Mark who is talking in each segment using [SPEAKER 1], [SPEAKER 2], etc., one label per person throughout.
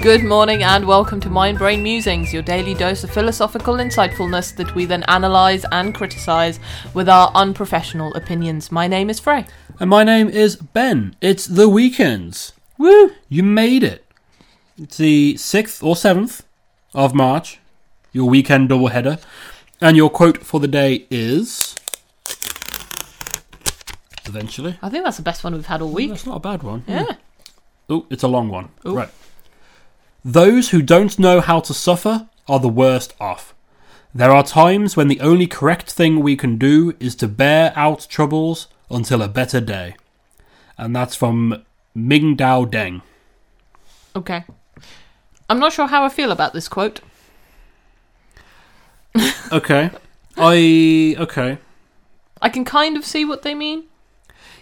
[SPEAKER 1] Good morning and welcome to Mind Brain Musings, your daily dose of philosophical insightfulness that we then analyse and criticise with our unprofessional opinions. My name is Frey.
[SPEAKER 2] And my name is Ben. It's the weekends.
[SPEAKER 1] Woo!
[SPEAKER 2] You made it. It's the 6th or 7th of March, your weekend doubleheader. And your quote for the day is. Eventually.
[SPEAKER 1] I think that's the best one we've had all week.
[SPEAKER 2] That's not a bad one.
[SPEAKER 1] Yeah.
[SPEAKER 2] Oh, it's a long one.
[SPEAKER 1] Ooh.
[SPEAKER 2] Right. Those who don't know how to suffer are the worst off. There are times when the only correct thing we can do is to bear out troubles until a better day. And that's from Ming Dao Deng.
[SPEAKER 1] Okay. I'm not sure how I feel about this quote.
[SPEAKER 2] Okay. I. Okay.
[SPEAKER 1] I can kind of see what they mean.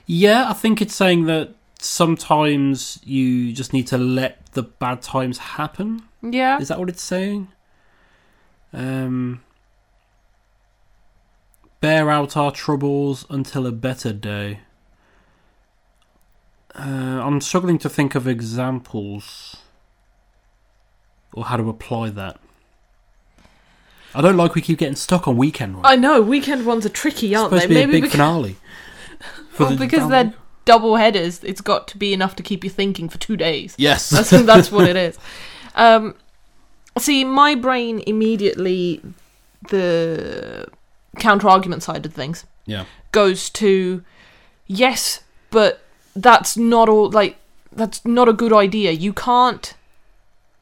[SPEAKER 2] Yeah, I think it's saying that sometimes you just need to let the bad times happen.
[SPEAKER 1] Yeah.
[SPEAKER 2] Is that what it's saying? Um, bear out our troubles until a better day. Uh, I'm struggling to think of examples or how to apply that. I don't like we keep getting stuck on weekend ones.
[SPEAKER 1] I know, weekend ones are tricky,
[SPEAKER 2] It's
[SPEAKER 1] aren't
[SPEAKER 2] supposed
[SPEAKER 1] Oh, they?
[SPEAKER 2] to be a
[SPEAKER 1] Maybe
[SPEAKER 2] big
[SPEAKER 1] because,
[SPEAKER 2] finale. for
[SPEAKER 1] well,
[SPEAKER 2] the
[SPEAKER 1] because
[SPEAKER 2] down-
[SPEAKER 1] they're double headers, it's got to be enough to keep you thinking for two days.
[SPEAKER 2] yes,
[SPEAKER 1] That's that's what it is. Um, see, my brain immediately the counter argument side of things
[SPEAKER 2] yeah,
[SPEAKER 1] goes to yes, but that's not all. Like that's not a good idea. You can't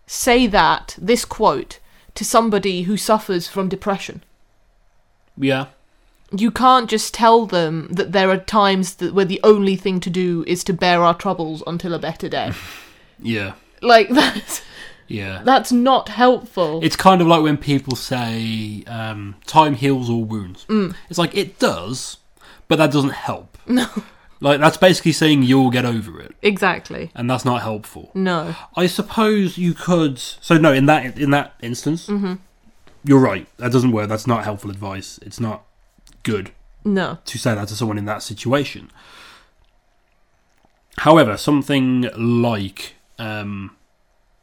[SPEAKER 1] say that this quote to somebody who suffers from depression.
[SPEAKER 2] yeah.
[SPEAKER 1] You can't just tell them that there are times that where the only thing to do is to bear our troubles until a better day.
[SPEAKER 2] Yeah,
[SPEAKER 1] like that's
[SPEAKER 2] yeah.
[SPEAKER 1] that's not helpful.
[SPEAKER 2] It's kind of like when people say um, time heals all wounds. It's like it does, but that doesn't help. No. Like that's basically saying you'll get over it,
[SPEAKER 1] Exactly.
[SPEAKER 2] and that's not helpful.
[SPEAKER 1] No.
[SPEAKER 2] I suppose you could. So no, in that in that instance, you're right. That doesn't work. That's not helpful advice. It's not good
[SPEAKER 1] No.
[SPEAKER 2] to say that to someone in that situation. However, something like um,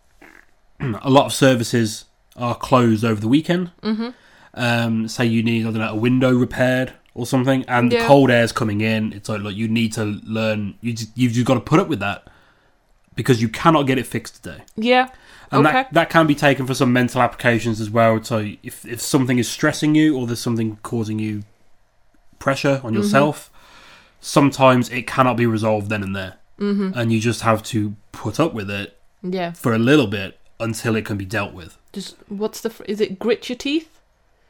[SPEAKER 2] a lot of services are closed over the weekend. Mm-hmm. Um, say you need, I don't know, a window repaired or something, and
[SPEAKER 1] Yeah.
[SPEAKER 2] the cold air's coming in. It's like, look, you need to learn. You just, you've just got to put up with that because you cannot get it fixed today.
[SPEAKER 1] Yeah.
[SPEAKER 2] And
[SPEAKER 1] okay.
[SPEAKER 2] that, that can be taken for some mental applications as well. So if, if something is stressing you or there's something causing you pressure
[SPEAKER 1] Mm-hmm.
[SPEAKER 2] on yourself, sometimes it cannot be resolved then and there. Mm-hmm. And you just have to put up with it
[SPEAKER 1] yeah.
[SPEAKER 2] for a little bit until it can be dealt with.
[SPEAKER 1] Just what's the? Fr- is it grit your teeth,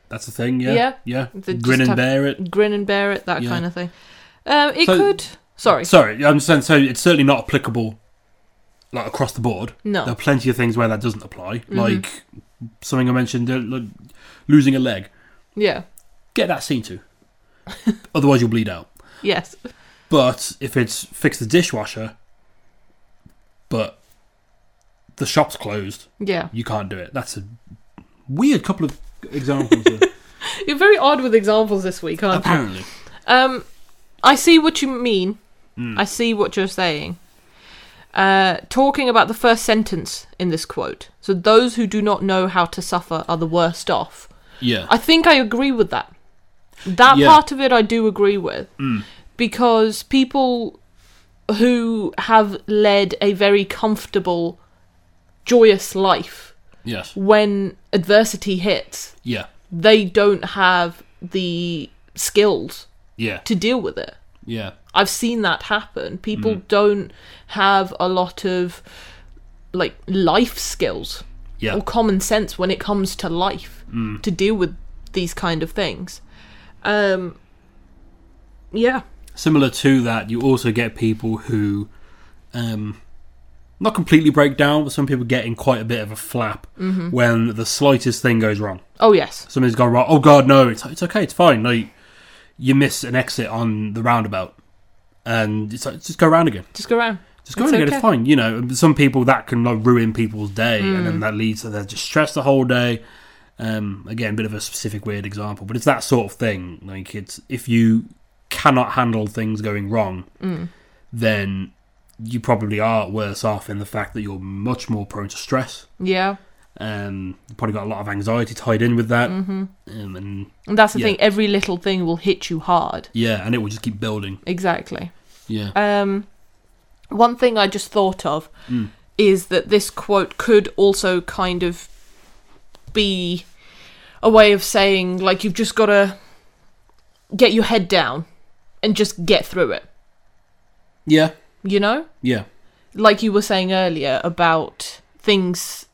[SPEAKER 2] That's the thing, yeah?
[SPEAKER 1] Yeah.
[SPEAKER 2] Yeah.
[SPEAKER 1] They just
[SPEAKER 2] Grin and
[SPEAKER 1] have-
[SPEAKER 2] bear it.
[SPEAKER 1] grin and bear it, that
[SPEAKER 2] Yeah.
[SPEAKER 1] kind of thing? Um, it
[SPEAKER 2] So-
[SPEAKER 1] could. Sorry.
[SPEAKER 2] Sorry, I'm saying so it's certainly not applicable like across the board.
[SPEAKER 1] No. Mm-hmm.
[SPEAKER 2] There are plenty of things where that doesn't apply. Like something I mentioned, uh, like losing a leg.
[SPEAKER 1] yeah.
[SPEAKER 2] get that seen to. Otherwise, you'll bleed out.
[SPEAKER 1] Yes.
[SPEAKER 2] But if it's fix the dishwasher, but the shop's closed,
[SPEAKER 1] Yeah.
[SPEAKER 2] you can't do it. That's a weird couple of examples. of-
[SPEAKER 1] You're very odd with examples this week, aren't you?
[SPEAKER 2] apparently,
[SPEAKER 1] Um, I see what you mean.
[SPEAKER 2] Mm.
[SPEAKER 1] I see what you're saying. Uh, talking about the first sentence in this quote. So those who do not know how to suffer are the worst off.
[SPEAKER 2] yeah,
[SPEAKER 1] I think I agree with that. That
[SPEAKER 2] Yeah.
[SPEAKER 1] part of it I do agree with. Because people who have led a very comfortable, joyous life,
[SPEAKER 2] yes,
[SPEAKER 1] when adversity hits,
[SPEAKER 2] yeah,
[SPEAKER 1] they don't have the skills
[SPEAKER 2] yeah,
[SPEAKER 1] to deal with it.
[SPEAKER 2] yeah,
[SPEAKER 1] I've seen that happen. People don't have a lot of like life skills
[SPEAKER 2] yeah,
[SPEAKER 1] or common sense when it comes to life
[SPEAKER 2] Mm.
[SPEAKER 1] to deal with these kind of things. Um, yeah,
[SPEAKER 2] similar to that, you also get people who, um, not completely break down, but some people get in quite a bit of a flap when the slightest thing goes wrong.
[SPEAKER 1] oh yes,
[SPEAKER 2] something's gone wrong. Oh God, no! It's it's okay. It's fine. Like you miss an exit on the roundabout, and it's like just go around again.
[SPEAKER 1] just go around.
[SPEAKER 2] Just go
[SPEAKER 1] It's
[SPEAKER 2] around again.
[SPEAKER 1] okay.
[SPEAKER 2] It's fine. You know, And some people that can like ruin people's day, and
[SPEAKER 1] Hmm.
[SPEAKER 2] then that leads to they're just stressed the whole day. Um, again, bit of a specific weird example, but it's that sort of thing.
[SPEAKER 1] Hmm.
[SPEAKER 2] Like it's if you cannot handle things going wrong, then you probably are worse off in the fact that you're much more prone to stress.
[SPEAKER 1] Yeah.
[SPEAKER 2] Um, you've probably got a lot of anxiety tied in with that. Mm-hmm. Um, and
[SPEAKER 1] And that's the
[SPEAKER 2] Yeah.
[SPEAKER 1] thing, every little thing will hit you hard.
[SPEAKER 2] yeah, and it will just keep building.
[SPEAKER 1] Exactly.
[SPEAKER 2] Yeah.
[SPEAKER 1] Um, one thing I just thought of
[SPEAKER 2] Mm.
[SPEAKER 1] is that this quote could also kind of be a way of saying, like, you've just got to get your head down and just get through it,
[SPEAKER 2] Yeah.
[SPEAKER 1] you know?
[SPEAKER 2] Yeah.
[SPEAKER 1] Like you were saying earlier about things,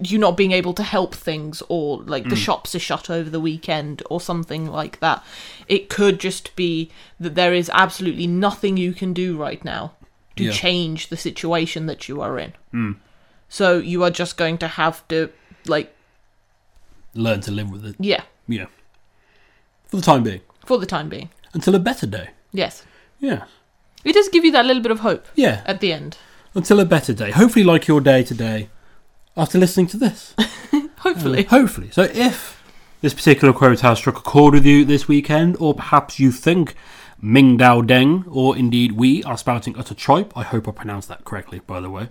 [SPEAKER 1] you not being able to help things, or like the shops are shut over the weekend, or something like that. It could just be that there is absolutely nothing you can do right now to
[SPEAKER 2] Yeah.
[SPEAKER 1] change the situation that you are in. So you are just going to have to, like,
[SPEAKER 2] Learn to live with it.
[SPEAKER 1] yeah,
[SPEAKER 2] Yeah. For the time being.
[SPEAKER 1] for the time being.
[SPEAKER 2] Until a better day.
[SPEAKER 1] Yes.
[SPEAKER 2] Yeah.
[SPEAKER 1] It does give you that little bit of hope
[SPEAKER 2] Yeah.
[SPEAKER 1] at the end.
[SPEAKER 2] Until a better day. Hopefully, like your day today after listening to this.
[SPEAKER 1] Hopefully.
[SPEAKER 2] Uh, hopefully. So if this particular quote has struck a chord with you this weekend, or perhaps you think Ming Dao Deng, or indeed we, are spouting utter tripe, I hope I pronounced that correctly, by the way.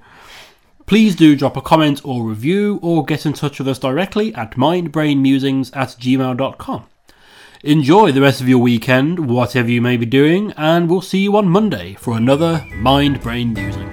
[SPEAKER 2] Please do drop a comment or review, or get in touch with us directly at mindbrainmusings at gmail.com. Enjoy the rest of your weekend, whatever you may be doing, and we'll see you on Monday for another Mind Brain Musings.